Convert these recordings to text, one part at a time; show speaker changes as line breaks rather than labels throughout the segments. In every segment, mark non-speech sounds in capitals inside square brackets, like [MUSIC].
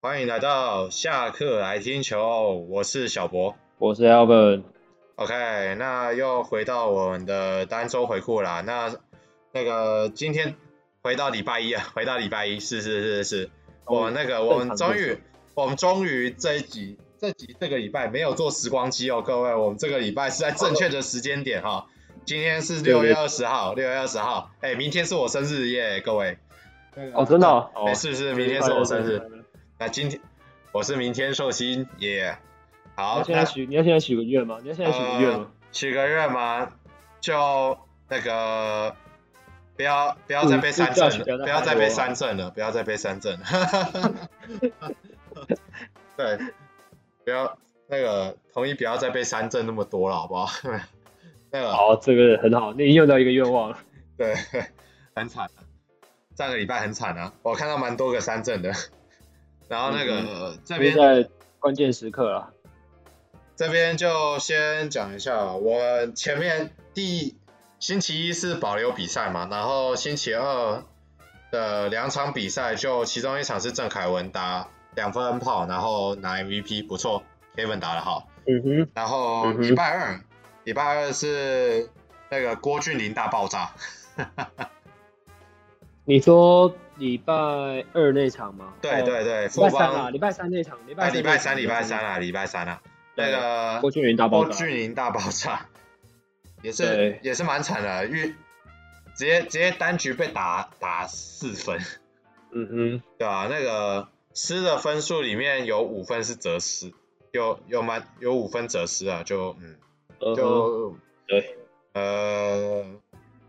欢迎来到下课来听球，我是小博。
我是 Albert，
OK，那又回到我们的单周回顾啦。那那个今天回到礼拜一啊，回到礼拜一，是是是是，我那个我们终于，我们终于这一集这集这个礼拜没有做时光机哦，各位，我们这个礼拜是在正确的时间点哈、今天是六月二十号，六月二十号，哎，明天是我生日耶，各位。
哦，真的、哦，
哎，是是，明天是我生日。那今天我是明天寿星耶。
你
好
要，现
那
在许，你要现在许个愿吗？你要现在许个愿吗？
许个愿吗？就那个不要不要再被三振
嗯
了，不要再被三振了，不要再被三振了。对，不要那个同意不要再被三振那么多了，好不好？ [LAUGHS] 那个
好，这个很好，你用到一个愿望了。
对，很惨的、上个礼拜很惨啊，我看到蛮多个三振的。然后那个、这
因为
边
在关键时刻了，
这边就先讲一下，我前面第星期一是保留比赛嘛，然后星期二的两场比赛，就其中一场是郑凯文打两分炮，然后拿 MVP，不错，Kevin 打得好。
嗯哼，
然后
嗯哼
礼拜二，礼拜二是那个郭俊霖大爆炸，
你说礼拜二那场吗？
对
哦
对对，
礼拜
富
三啊，
邦，
礼拜三那场，礼拜
哎，礼拜三
那
礼
场
拜三，啊，礼拜三啊，那个
郭俊霖大爆
郭
炸，
俊霖哦大爆炸，
[LAUGHS]
也是
对
也是蛮惨的，遇直接直接单局被打打四分， [LAUGHS]
嗯
对吧、那个失的分数里面有五分是折失，有有蛮有五分折失啊，就嗯
哼，嗯哼，
就、
对
呃，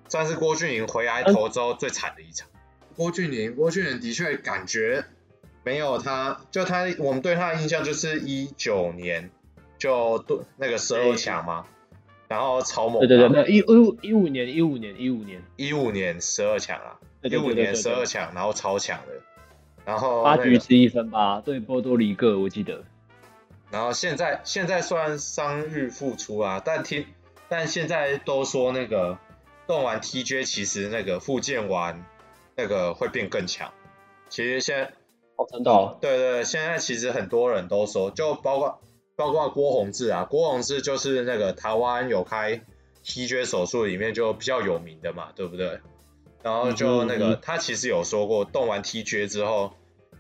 算是郭俊霖回来
嗯
投之后最惨的一场。郭俊霖，郭俊霖的确感觉没有他，就他我们对他的印象就是一九年就对那个十二强嘛，然后超猛，
对对对，那一一一五年，一五年，一五年，
一五年十二强啊，
对
一
对
五
对对
年十二
对，
强，然后超强的，然后
八
那
局
个
吃一分吧，对波多黎各，我记得，
然后现在现在虽然伤愈复出啊，但听但现在都说那个动完 TJ 其实那个复健完那个会变更强。其实现在
哦，真的哦，
对对，现在其实很多人都说，就包括包括郭宏志啊，郭宏志就是那个台湾有开 TJ 手术里面就比较有名的嘛，对不对？然后就那
嗯
个、
嗯嗯
他其实有说过，动完 TJ 之后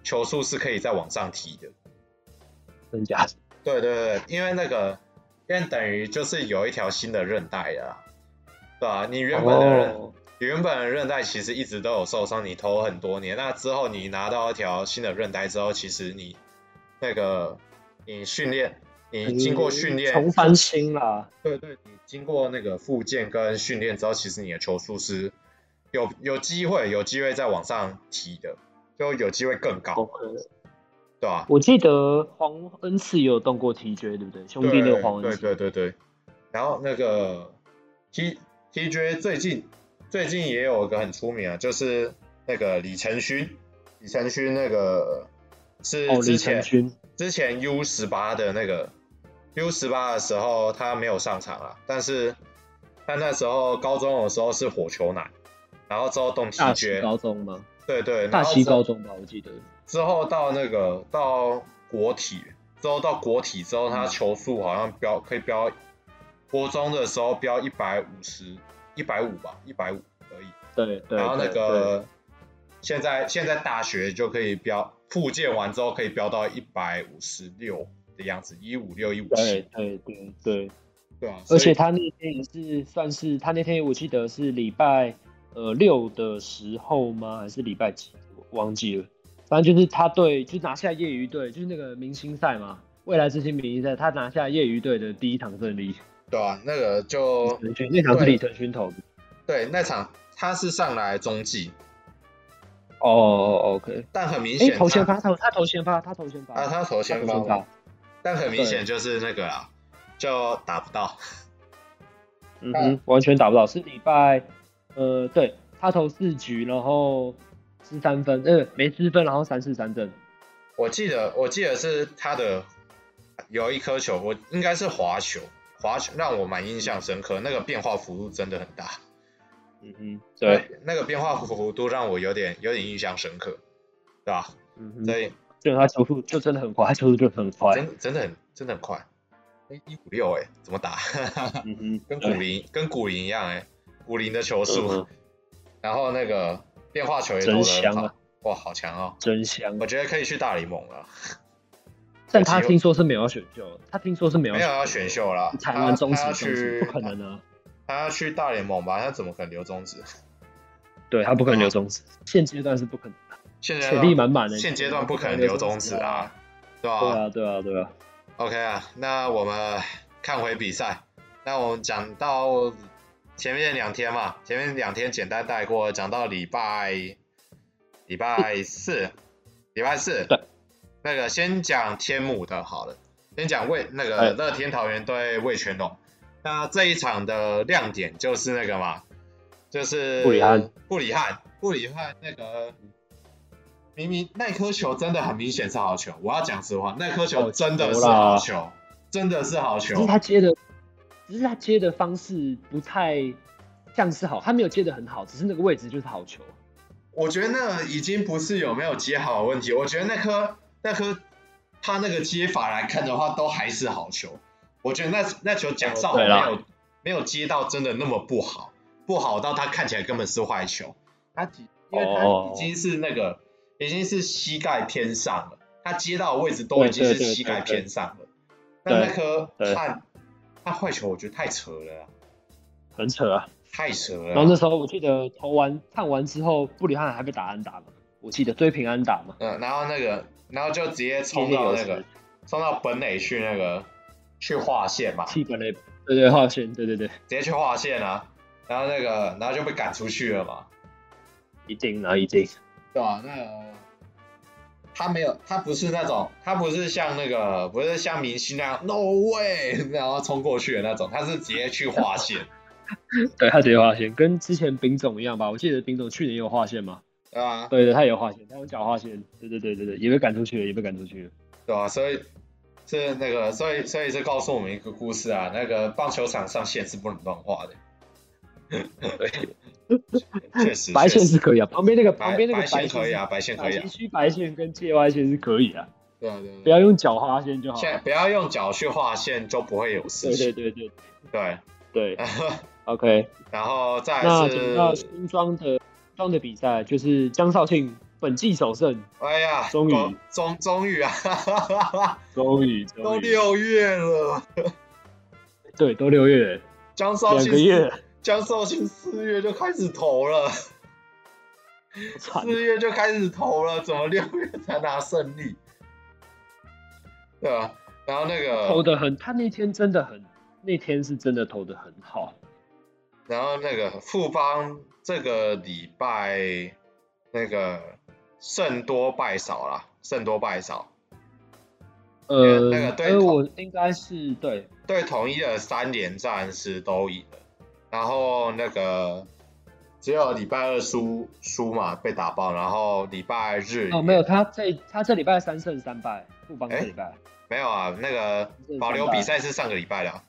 球速是可以再往上提的。
真假的，
对对对，因为那个，因为等于就是有一条新的韧带了啊，对吧、你原本的韧，
哦
你原本的韧带其实一直都有受伤，你投很多年，那之后你拿到一条新的韧带之后，其实你那个你训练，你经过训
重
练，
翻新啦，
对对，你经过那个复健跟训练之后，其实你的球速是有有机会，有机会再往上提的，就有机会更高，
OK，
对吧、
哦我记得黄恩赐也有动过 TJ，对不对？兄弟那个黄恩
对
赐，
对对对，然后那个 T TJ 最近最近也有一个很出名啊，就是那个李承勋，李承勋那个是
哦，
之
李
前、
承勋，
之前 U 十八的那个 U 十八的时候他没有上场啊，但是他那时候高中的时候是火球男，然后之后动
大西
TJ，
高中吗？
对对，然
大
后
西
之后
高中吧，我记得。
之后到那个到国体，之后到国体之后，他
嗯
球速好像飙可以飙，国中的时候飙一百五十、一百五吧，一百五而已。
对对。
然后那
对对
个现在现在大学就可以飙，复健完之后可以飙到一百五十六的样子，一五六一五
对
七，
对对对，
对啊，所
而
以
且他那天也是算是他那天我记得是礼拜呃六的时候吗？还是礼拜几？我忘记了。反正就是他对，就是拿下业余队，就是那个明星赛嘛，未来之星明星赛，他拿下业余队的第一场胜利。
对啊，那个就
李承勋那场是李承勋投的。
对那场他是上来中继，
哦哦哦，OK。
但很明
哎，
显
投先
他
发，投他投先发，他投先发
啊他投先发
投
嘛，但很明显就是那个啦，就打不到。
嗯哼，完全打不到，是礼拜，呃，对他投四局，然后失三分，呃，没失分，然后三四三振，
我记得我记得是他的有一颗球，我应该是滑球，滑球让我蛮印象深刻，那个变化幅度真的很大。
嗯哼，对，，
那个变化幅度让我有点有点印象深刻，对吧？
嗯哼，
所以
对他球速就真的很快，他球速就很快。
真真的很真的很快，哎，一五六哎，怎么打？ [LAUGHS]
嗯哼，
跟古
对
林跟古林一样哎、古林的球速，
嗯
[LAUGHS] 然后那个变化球也投
真
得很
香
好，
啊，
哇，好强哦！
真香
我！觉得可以去大联盟了，
但他听说是没有要选秀，他听说是没有
没有要选秀啦，
台
他
湾中
他要
职中职
去，
不可能啊，
他要去大联盟吧？他怎么可能留中职？
对他不可能留中职，现阶段是不可能，
现阶
潜力
段
满满的。
啊现阶段不可能留中职啊，对吧、
对啊，对啊，对啊，
OK 啊，那我们看回比赛。那我们讲到前面两天嘛，前面两天简单带过，讲到礼拜礼拜四，礼拜四
对，
那个先讲天母的好了，先讲魏那个
哎
乐天桃园对魏全龙。那这一场的亮点就是那个嘛，就是
布里汉，
布里汉，布里汉那个明明那颗球真的很明显是好球，我要讲实话，那颗球真的是好球，真的是好
只
球
是。他接的，只是他接的方式不太像是好，他没有接的很好，只是那个位置就是好球。
我觉得那已经不是有没有接好的问题，我觉得那颗那颗他那个接法来看的话，都还是好球。我觉得那那球蒋少红
对
没
啦
有没有接到真的那么不好，不好到他看起来根本是坏球。他几因为他
哦
已经是那个、已经是膝盖偏上了，他接到的位置都已经
对
是
对对
膝盖
对对
偏上了。
对
那那颗
对
看他坏球，我觉得太扯了啊，
很扯啊！
太扯了啊。
然后那时候我记得投完看完之后，布里汉还被打安打嘛，我记得追平安打嘛，
嗯，然后那个，然后就直接冲到那个，冲到本垒去那个去划线嘛，
七本垒，对对，浩轩，对对对，
直接去划线啊，然后那个，然后就被赶出去了嘛，
一定啊，一定，
对吧、那个他没有，他不是那种，他不是像那个，不是像明星那样 no way，然 [LAUGHS] 后冲过去的那种，他是直接去划线，
对他直接划线，跟之前丙总一样吧，我记得丙总去年也有划线嘛，
对吧、
对对，他也有划线，他用脚划线，对对对对对，也被赶出去了，也被赶出去了，
对吧、所以是那个，所以所以这告诉我们一个故事啊，那个棒球场上线是不能乱画的。 [LAUGHS] 确实，
白
确
线
实
是可以啊，旁边那个旁
白
边那个
线
白
可以啊，白线
是，
可以
小
啊
西，区白线跟界外线是可以啊，
对啊对啊
不
对啊。
要用脚划线就好
现在
了，
不要用脚去画线，就不会有事
对对
情。
对
对，
对
[LAUGHS]
对，OK。
然后再
那
来
讲到
是，
新庄的新庄的比赛，就是江少庆本季首胜，
哎呀，
终于
终终终于啊，哈哈哈哈
终于
都
终于
六月了，
对，都六月了
江绍
两
庆
个月，
江绍庆四月就开始投了，
惨
四月就开始投了，怎么六月才拿胜利？对啊，然后那
投
个，
的很，他那天真的很，那天是真的投的很好，
然后那个富邦这个礼拜那个胜多败少啦，胜多败少，
呃，
那个对
呃
投
我应该是对，
对统一的三连战是都赢了，然后那个只有礼拜二输输嘛被打爆，然后礼拜日
哦，没有，他这他这礼拜三胜三败，富邦这礼拜，
没有啊，那个保留比赛是上个礼拜了，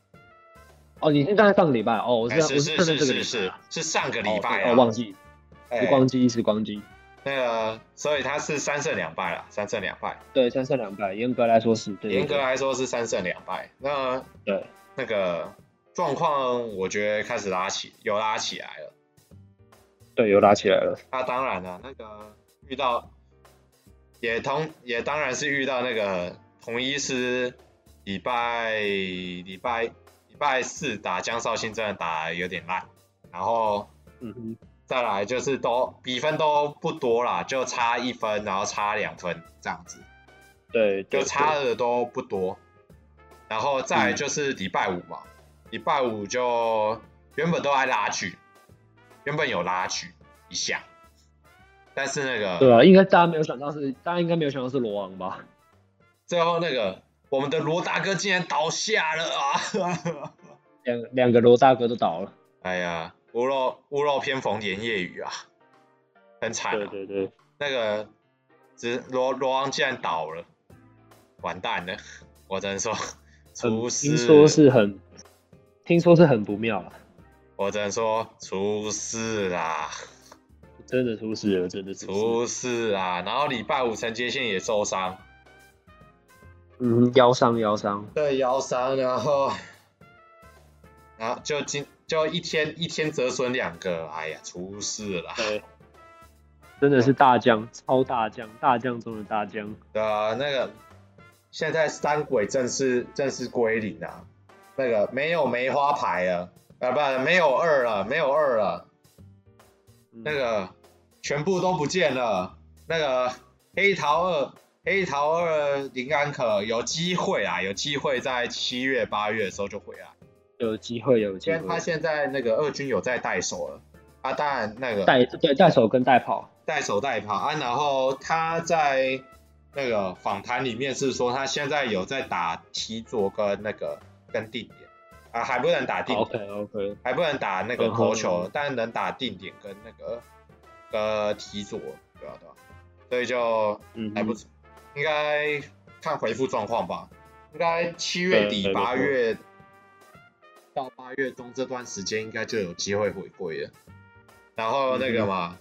哦，你是站在上个礼拜，哦，我是
哎
在我
是
是
是
站在
是
这
是
个礼拜
是
啊，
是上个
哦
礼拜
对哦，
啊
忘，记
哎
时光机时光机，
那个所以他是三胜两败了，三胜两败，
对，三胜两败，严格来说是对，
严格啊来说是三胜两败，那
对，
那个状况我觉得开始拉起有拉起来了。
对，有拉起来了，
那、当然了，那个遇到也同也当然是遇到那个同一师礼拜礼拜礼拜四打江绍兴，真的打得有点烂，然后
嗯哼，
再来就是都比分都不多啦，就差一分，然后差两分这样子，
对，对
就差
对嗯
的都不多。然后再来就是礼拜五嘛，礼拜五就原本都在拉锯，原本有拉锯一下，但是那个
对啊，应该大家没有想到是，大家应该没有想到是罗王吧？
最后那个我们的罗大哥竟然倒下了啊！ [LAUGHS]
两两个罗大哥都倒了，
哎呀，屋漏屋漏偏逢连夜雨啊，很惨、啊。
对对对，
那个只罗罗王竟然倒了，完蛋了！我只能说， [LAUGHS]
很
厨
听
师，
说是很，听说是很不妙啊，
我只能说厨师啊，
真的出事了，真的出事了。
出事啊！然后礼拜五陈杰宪也受伤，
嗯，腰伤腰伤，
对腰伤，然后， [LAUGHS] 然后就今就一天一天折损两个，哎呀，出事了。
对，真的是大将，超大将，大将中的大将。
对啊，那个现在三鬼正式正式归零啊，那个没有梅花牌了，啊不，没有二了，没有二啊了，
嗯
那个全部都不见了。那个黑桃二，黑桃二林安可有机会啊，有机会在七月八月的时候就回来，
有机会有机
虽然他
会，
现在那个二军有在带手了，啊当然那个
带对带手跟带跑，
带手带跑啊，然后他在那个访谈里面是说他现在有在打踢座跟那个跟定点啊，还不能打定
OK
点，
OK，
还不能打那个
嗯哼
投球，但能打定点跟那个呃踢座，对吧、对吧、所以就
嗯，
还不错，应该看回复状况吧，应该七月底
对
八
还不错
月到八月中这段时间应该就有机会回归了。然后那个
嗯
嘛，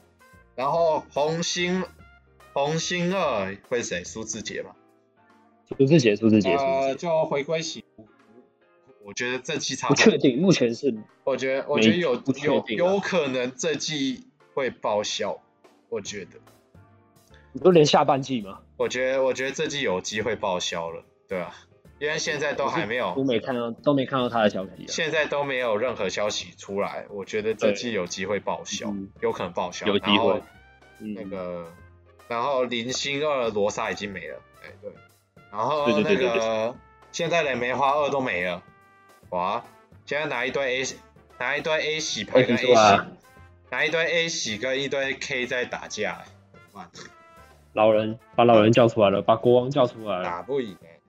然后红星红星二会谁？苏志杰嘛，
苏志杰，苏志杰，苏
呃，
志杰，
就回归喜福。我觉得这季差
不
不多
确，定，目前是
我觉得我觉得
没
有
不确
有
定啊
有可能这季会报销，我觉得。
你说连下半季吗？
我觉得，我觉得这季有机会报销了，对啊，因为现在都还没
都
有，
没看到，都没看到他的消息啊。
现在都没有任何消息出来，我觉得这季有机会报销
嗯，
有可能报销。
有机会
然后
嗯
那个，然后零星二罗莎已经没了，哎对，然后
对
那
对对对
个现在连梅花二都没了，哇，现在拿一堆 A 拿一堆 A 洗牌跟 A
哎不错啊
洗，拿一堆 A 洗跟一堆 K 在打架，哎怎么办
老人把老人叫出来了，把国王叫出来了，
打不赢哎，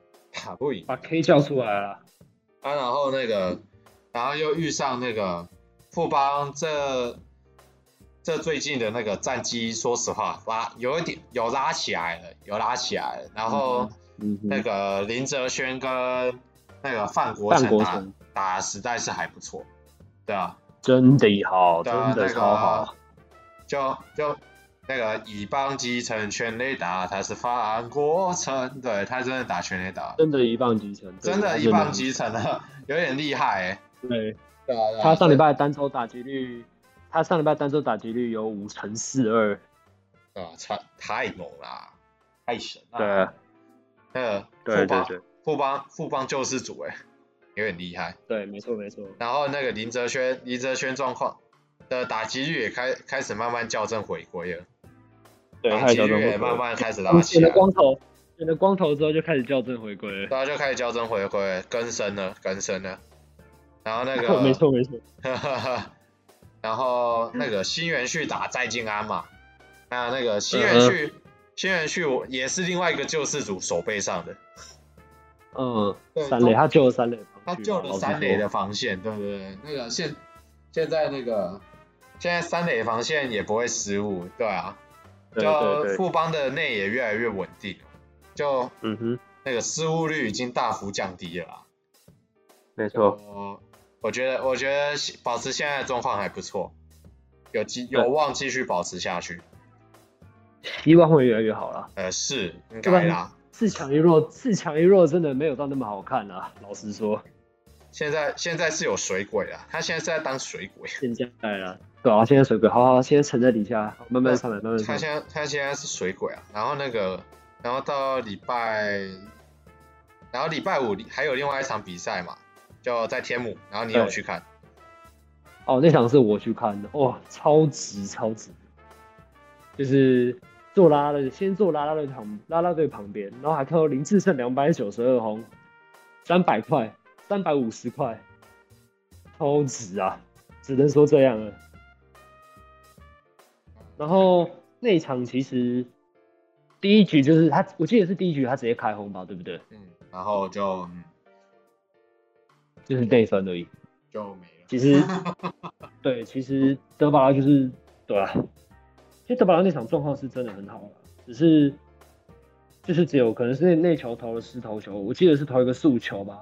打不赢。
把 K 叫出来了。
啊，然后那个，然后又遇上那个富邦这这最近的那个战绩，说实话拉有一点有拉起来了，有拉起来了。然后
嗯哼，
那个林哲轩跟那个范国啊
范
成
国
打
成
打实在是还不错，对啊，
真的好，
对啊
哦真的
那个
超好。
就就那个以邦基成全垒打，他是范国成，对他真的打全垒打，
真的一棒击成，对
真的
他
一棒击成了，有点厉害哎、
对
对啊，对啊
他上礼
对
拜单周打击率，他上礼拜单周打击率有五乘四二，
啊，太太猛啦，太神了。
对啊
那个
对
富
对
邦
对
富邦富邦救世主哎、有点厉害。
对，没错没错，
然后那个林哲轩，林哲轩状况的打击率也开开始慢慢校正回归了，
对，
打
他也
击
叫
率也
正
慢啊
回
慢开始拉
归，
起
嗯选
来
了，光头，选了光头之后就开始校正回归了，
大家就开始校正回归，更生了，更生了。然后那个，
[LAUGHS] 没错没错，
[LAUGHS] 然后那个新元旭打再进安嘛，那那个新
嗯
元
哼
旭，新元旭我也是另外一个救世主手背上的，
嗯，
对
三垒他救了三垒，
他救了
哦
三垒的，防线，对不对？那个现现在那个现在三垒防线也不会失误，对啊，
对
就
对对，
富邦的内也越来越稳定了，就
嗯哼，
那个失误率已经大幅降低了啦。
没错，
我我觉得我觉得保持现在的状况还不错，有继有望继续保持下去。
希望会越来越好啦。
呃，是应该啦。
四强一弱，四强一弱真的没有到那么好看啊。老实说，
现在现在是有水鬼啊，他现在是在当水鬼，
现在啊，对啊，现在水鬼，好好，现在沉在底下，慢慢上来，慢慢上
他
来。
现在他现在是水鬼啊，然后那个，然后到礼拜，然后礼拜五还有另外一场比赛嘛，就在天母，然后你有
对
去看，
哦，那场是我去看的，哇，超值，超值。就是坐拉拉队，先坐拉拉队旁拉拉队旁边，然后还看到林志胜两百九十二轰，三百块，三百五十块，超值啊！只能说这样了。然后那一场其实第一局就是他，我记得是第一局他直接开轰吧，对不对？
嗯，然后就嗯
就是内分而已。
就没了，
其实，对，其实德保拉就是对啊，其实德保拉那场状况是真的很好了，只是就是只有可能是那那球投了失头球，我记得是投一个速球吧，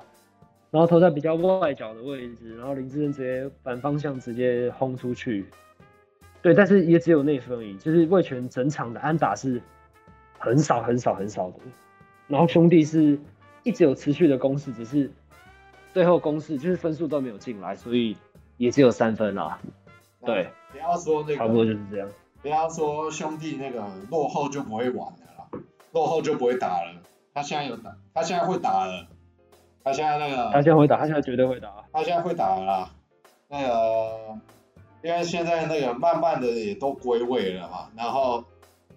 然后投在比较外角的位置，然后林志胜直接反方向直接轰出去，对，但是也只有那分而已，就是魏权整场的安打是很少很少很少的，然后兄弟是一直有持续的攻势，只是最后攻势就是分数都没有进来，所以也只有三分啦。对，
不要说那
差不多
个，
就是这样。
不要说兄弟那个落后就不会玩了啦，落后就不会打了。他现在有打，他现在会打了，他现在那个
他现在会打，他现在绝对会打。
他现在会打了啦，那个因为现在那个慢慢的也都归位了嘛，然后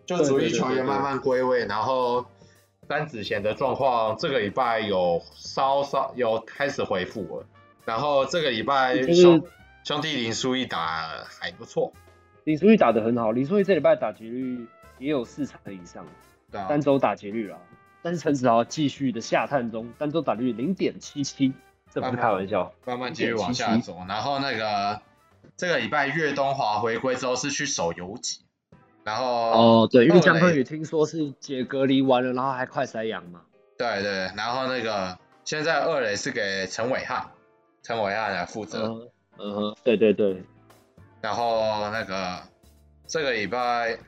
就主
对对
力
对
球
对
员慢慢归位，然后詹子贤的状况这个礼拜有稍稍有开始恢复了，然后这个礼拜
就
兄、
是
兄弟林书一打还不错，
李书玉打得很好，李书玉这礼拜打击率也有四成以上，
对啊，
单周打击率啦。但是陈子豪继续的下探中，单周打率零点七七，这不是开玩笑。
慢慢继续往下走，然后那个这个礼拜岳东华回归之后是去守游击，然后
哦，对，因
后
为
来
江坤宇听说是解隔离完了，然后还快筛阳嘛。
对对，然后那个现在二垒是给陈伟汉，陈伟汉来负责，
嗯嗯哼，对对对，
然后那个这个礼拜，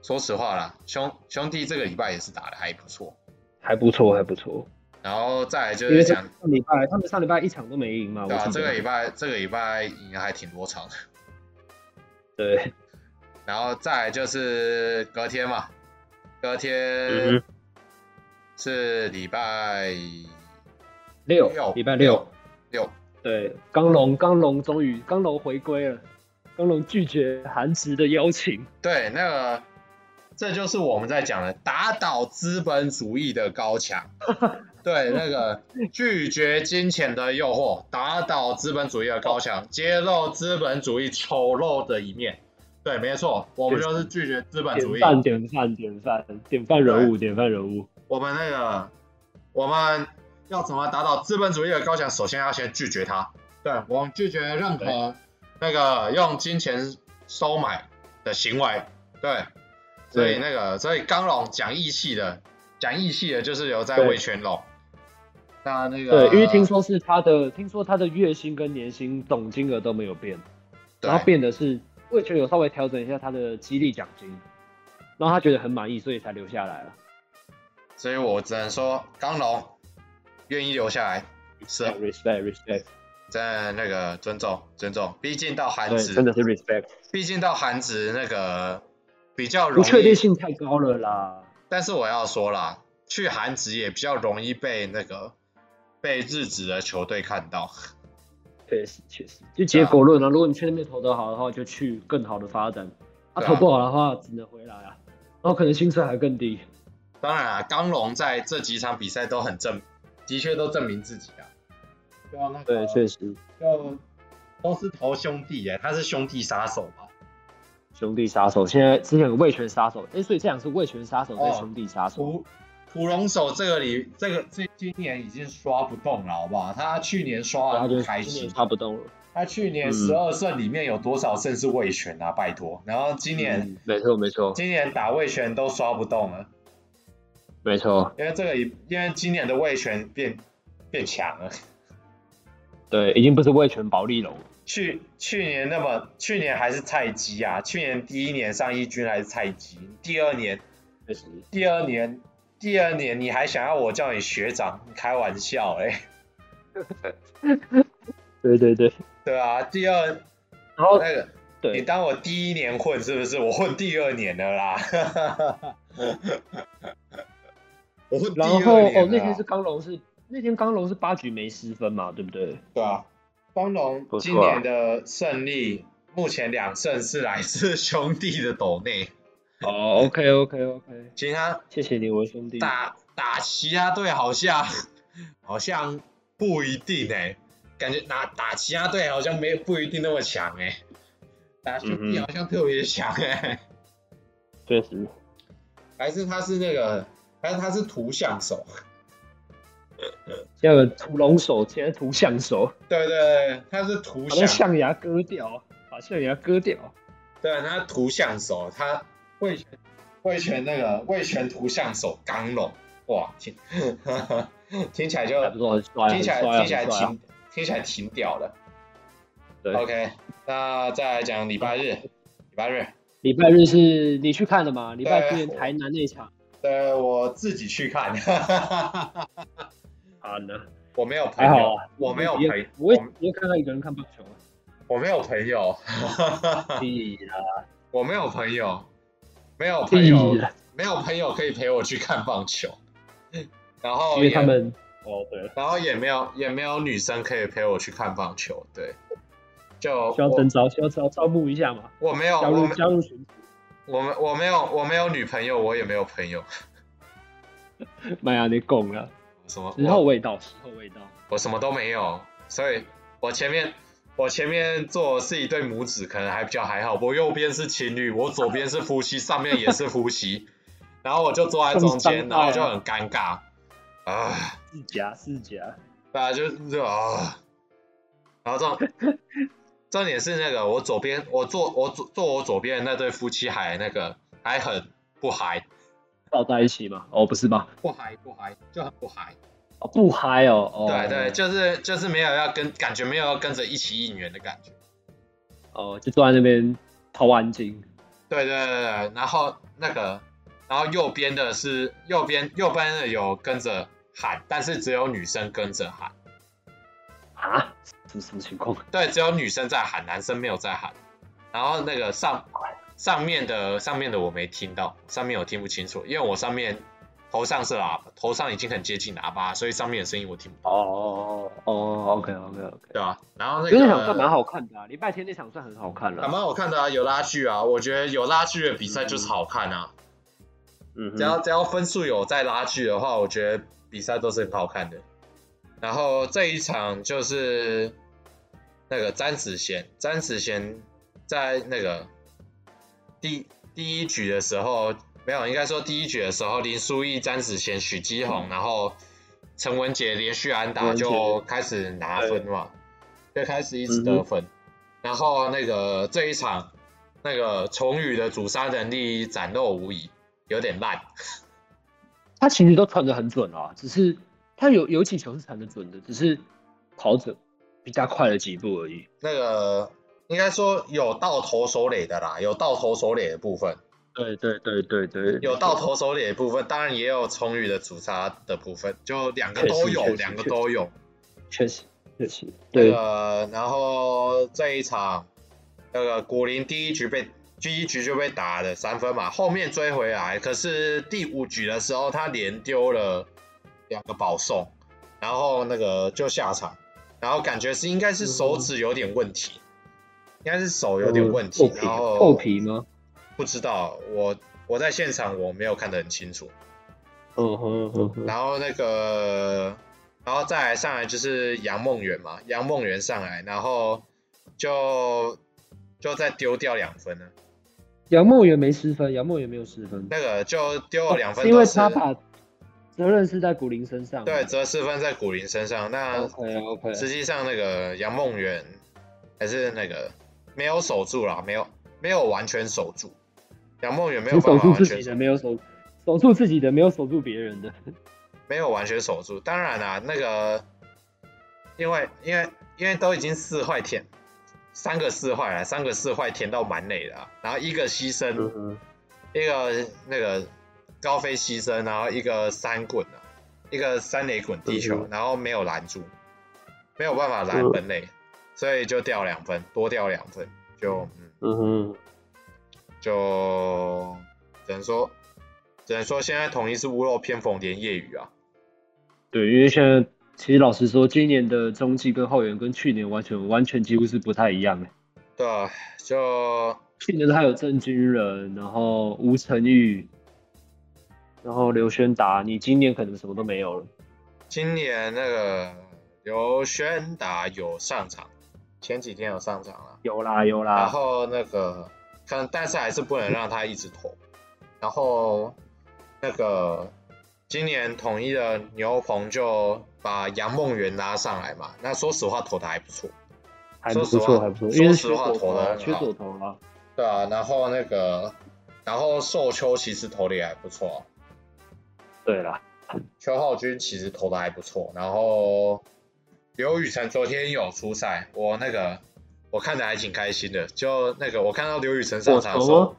说实话啦，兄兄弟这个礼拜也是打的还不错，
还不错，还不错。
然后再来就
因为
是
上
讲，
礼拜他们上礼拜一场都没赢嘛，我
对啊，
记
这个
得
礼。拜这个礼拜赢还挺多场的，
对，
然后再来就是隔天嘛，隔
嗯
天
哼
是礼拜
六
六，
礼拜六，
六，
对，刚龙刚龙终于刚龙回归了，刚龙拒绝韩职的邀请。
对，那个这就是我们在讲的打倒资本主义的高墙，对，那
[LAUGHS]
个拒绝金钱的诱惑，打倒资本主义的高墙，揭露资本主义丑陋的一面。对，没错，我们就是拒绝资啊本主
典
义。
范，典范，典范，典范人物，典范人物。
我们那个，我们要怎么打倒资本主义的高墙？首先要先拒绝它。对，我们拒绝任何那个用金钱收买的行为。对，所以
对
那个，所以刚龙讲义气的，讲义气的就是留在
对
魏全龙。那那个，
对，因为听说是他的，听说他的月薪跟年薪总金额都没有变，
对
然后变的是魏权有稍微调整一下他的激励奖金，然后他觉得很满意，所以才留下来了。
所以我只能说，刚龙愿意留下来，是
respect respect，
在那个尊重尊重，毕竟到韩
对，真
职，
的是 respect，
毕竟到韩职那个比较
不
容
确定
易
性太高了啦。
但是我要说啦，去韩职也比较容易被那个被日职的球队看到。
确实确实，就结果论啊，如果你去那边投得好的话，就去更好的发展；啊，
对啊
投不好的话，只能回来啊，然后可能薪水还更低。
当然啊，刚龙在这几场比赛都很证，的确都证明自己啊。对啊，那
对，确实，
就都是投兄弟耶，他是兄弟杀手嘛。
兄弟杀手，现在之前有魏权杀手，哎、所以这两是魏权杀手对
哦
兄弟杀手，
屠屠龙手这个里，这个这今年已经刷不动了，好不好？他去年刷的
然后就
很
今
开
年
心，
差不动了。
他去年
嗯
十二胜里面有多少胜是卫权啊？拜托，然后今年、
嗯没错没错
今年打卫权都刷不动了。
没错，
因为这个也因为今年的卫权变变强了，
对，已经不是魏权保利龙了，
去去年那么去年还是菜鸡啊，去年第一年上一军还是菜鸡，第二年
确实
第二年第二年你还想要我叫你学长，你开玩笑哎、
对对对，
对啊，第二
然后
那个哎你
对
当我第一年混是不是？我混第二年了啦， [LAUGHS] 我混第
然
二年
后
了啦啊
哦，那天是刚龙是那天刚龙是八局没失分嘛，对不对？
对啊，方龙
不错啊
今年的胜利，目前两胜是来自兄弟的斗内，
哦，OK OK OK，
其他
谢谢你，我的兄弟。
打打其他队好像 [LAUGHS] 好像不一定哎、感觉打打其他队好像没不一定那么强哎、打兄弟
嗯哼
好像特别强哎、
[LAUGHS] 确实，
还是他是那个，还是他是图像手，
现在有屠龙手，现在屠象手，
对对对，他是图
把那
像
象牙割掉，把象牙割掉。
对，他图像手，他魏权魏权那个魏权图像手刚龙，哇，听 [LAUGHS] 听起来就
还不错，很帅啊，
听
很
起
帅
来听
啊，很
起来
帅啊。
挺听起来挺屌的。
对
OK，那再来讲礼拜日，礼拜日。
礼拜日是你去看的嘛？礼拜
对
天台南那场，
对，我自己去看，
好呢，
[LAUGHS] 我没有朋
还好
友
啊，
我没有朋
也
友，
我也
我
我也看到一个人看棒球啊，
我没有朋友，
屁啦，
我没有朋友，没有朋
屁
友，
啦，
没有朋友可以陪我去看棒球，然
因
后
为他
也
们哦对，
然后也没有也没有女生可以陪我去看棒球，对，就
需要
我
征招，需要招招募一下嘛，
我没有
加
哦我
入
没
加入群组，
我没我没有我没有女朋友，我也没有朋友，
妈呀，你拱啊了，
什么
时候未到，时候未到，
我什么都没有，所以我前面我前面做的是一对母子，可能还比较还好。我右边是情侣，我左边是夫妻，上面也是夫妻， [LAUGHS] 然后我就坐在中间，
中间
然后就很尴尬啊，
四甲四甲，
对啊，就就啊，然后重重点是那个我左边我坐我坐坐我左边的那对夫妻还那个还很不嗨，
抱在一起嘛，哦不是吧？
不嗨不嗨就很不嗨。
哦不嗨哦，哦
对对，就是就是没有要跟，感觉没有要跟着一起应援的感觉。
哦就坐在那边偷安静，
对对对对，然后那个，然后右边的是右边右边的有跟着喊，但是只有女生跟着喊，
啊，这是什么情况？
对，只有女生在喊，男生没有在喊。然后那个上上面的上面的我没听到，上面我听不清楚，因为我上面头上是喇叭，头上已经很接近喇叭，所以上面的声音我听不到，
哦哦，OK OK OK，
对吧、啊然后那
因
个
为那场算蛮好看的啊，礼拜天那场算很好看
还
了，
蛮好看的啊，有拉锯啊，我觉得有拉锯的比赛就是好看啊。
嗯
只
哼，
要只要分数有在拉锯的话，我觉得比赛都是很好看的。然后这一场就是那个詹子贤，詹子贤在那个第第一局的时候，没有，应该说第一局的时候，林书义、詹子贤、许基宏，然后陈文杰连续安打
文杰
就开始拿分嘛，就开始一
嗯
直得分。然后那个这一场，那个崇宇的主杀能力展露无遗，有点烂。
他其实都传的很准啊，只是他有有几球是传的准的，只是跑者比他快了几步而已。
那个应该说有到投手垒的啦，有到投手垒的部分，
对对对对对，
有到投手垒的部分，当然也有充裕的主杀的部分，就两个都有
确，实
两个都有。
确实确实
那
对，
个，然后这一场，那个古林第一局被第一局就被打了三分嘛，后面追回来，可是第五局的时候他连丢了两个保送，然后那个就下场，然后感觉是应该是手指有点问题，应该是手有点问题
破，皮
然呃后
破呃皮吗？
不知道我我在现场我没有看得很清楚，
嗯哼嗯哼，
然后那个，然后再来上来就是杨梦圆嘛，杨梦圆上来，然后就就再丢掉两分了，
杨梦圆没失分，杨梦圆没有失分，
那个就丢了两分
是因
都
为
是、
他把责任是在古林身上。
对折四分在古林身上，那
，OK OK，
实际上那个杨梦圆还是那个没有守住啦，没有没有完全守住，杨梦圆没有
只
办
守
法
住
完
自
全
己
守
的，没有守守住自己的，没有守住别人的。
没有完全守住。当然啦、那个因为因为因为都已经四坏舔，三个四坏了，三个四坏舔到满垒了啊，然后一个牺牲，
哼，
一个那个高飞牺牲，然后一个三滚啊，一个三垒滚地球，然后没有拦住，没有办法拦
嗯
本垒，所以就掉两分，多掉两分，就嗯
嗯哼，
就只能说只能说现在统一是屋漏偏逢连夜雨啊。
对，因为现在其实老实说，今年的中继跟后援跟去年完全完全几乎是不太一样的。欸
对啊，就
去年他有郑钧仁，然后吴成玉，然后刘轩达，你今年可能什么都没有了。
今年那个刘轩达有上场，前几天有上场了，
有啦有
然
啦，
后那个可能但是还是不能让他一直投，然后那个今年统一的牛棚就把杨梦圆拉上来嘛，那说实话投的还不错，
还不
说实
错
话
还不错，
说
因为
实
缺
话
左头
投得
啊，
很
缺
好
左头啊。
对啊，然后那个然后寿秋其实投的也还不错、啊，
对啦，
邱浩军其实投的还不错，然后刘雨辰昨天有出赛，我那个我看的还挺开心的。就那个我看到刘雨辰上场的时候，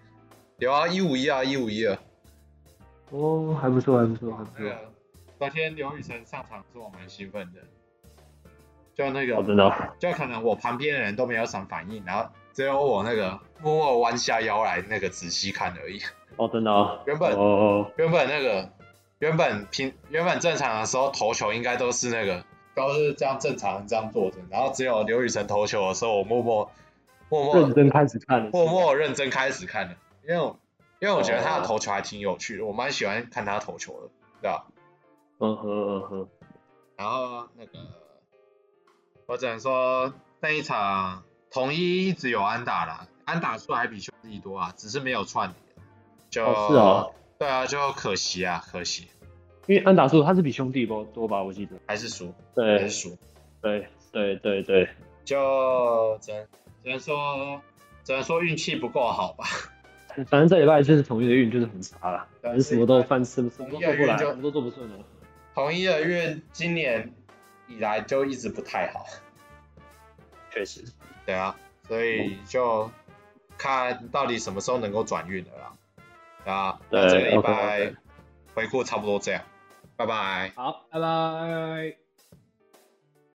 有啊，一五一啊，一五一啊。
哦，还不错，还不错，还不
那
错。
个昨天刘雨辰上场是我蛮兴奋的，就那
哦，
个
真的哦
就可能我旁边的人都没有什么反应，然后只有我那个默默弯下腰来那个仔细看而已。
哦，真的哦。
原
哦
本
哦，
原本那个原本平原本正常的时候投球应该都是那个都是这样正常这样坐着，然后只有刘雨辰投球的时候，我默默默
哦
默
认真开始看了。
默默认真开始看的，因为我因为我觉得他的投球还挺有趣的，我蛮喜欢看他投球的，对吧？
嗯哼嗯哼，
然后那个我只能说那一场统一一直有安打啦，安打数还比兄弟多啊，只是没有串联，就、
哦是哦，
对啊，就可惜啊，可惜
因为安达数他是比兄弟多多吧，我记得。
还是输，还
对
是输，
对对对对，
就只能只能说只能说运气不够好吧。 [LAUGHS]
反正这礼拜就是统一的运就是很差了，
对
反正什么都犯什么什么都做不来，
这礼拜
什么都做不顺了。
统一的运今年以来就一直不太好。
确实，
对啊，所以就看到底什么时候能够转运了啦。对啊，那
对
这个礼
OK，OK
拜回顾差不多这样，拜拜。
好，拜拜。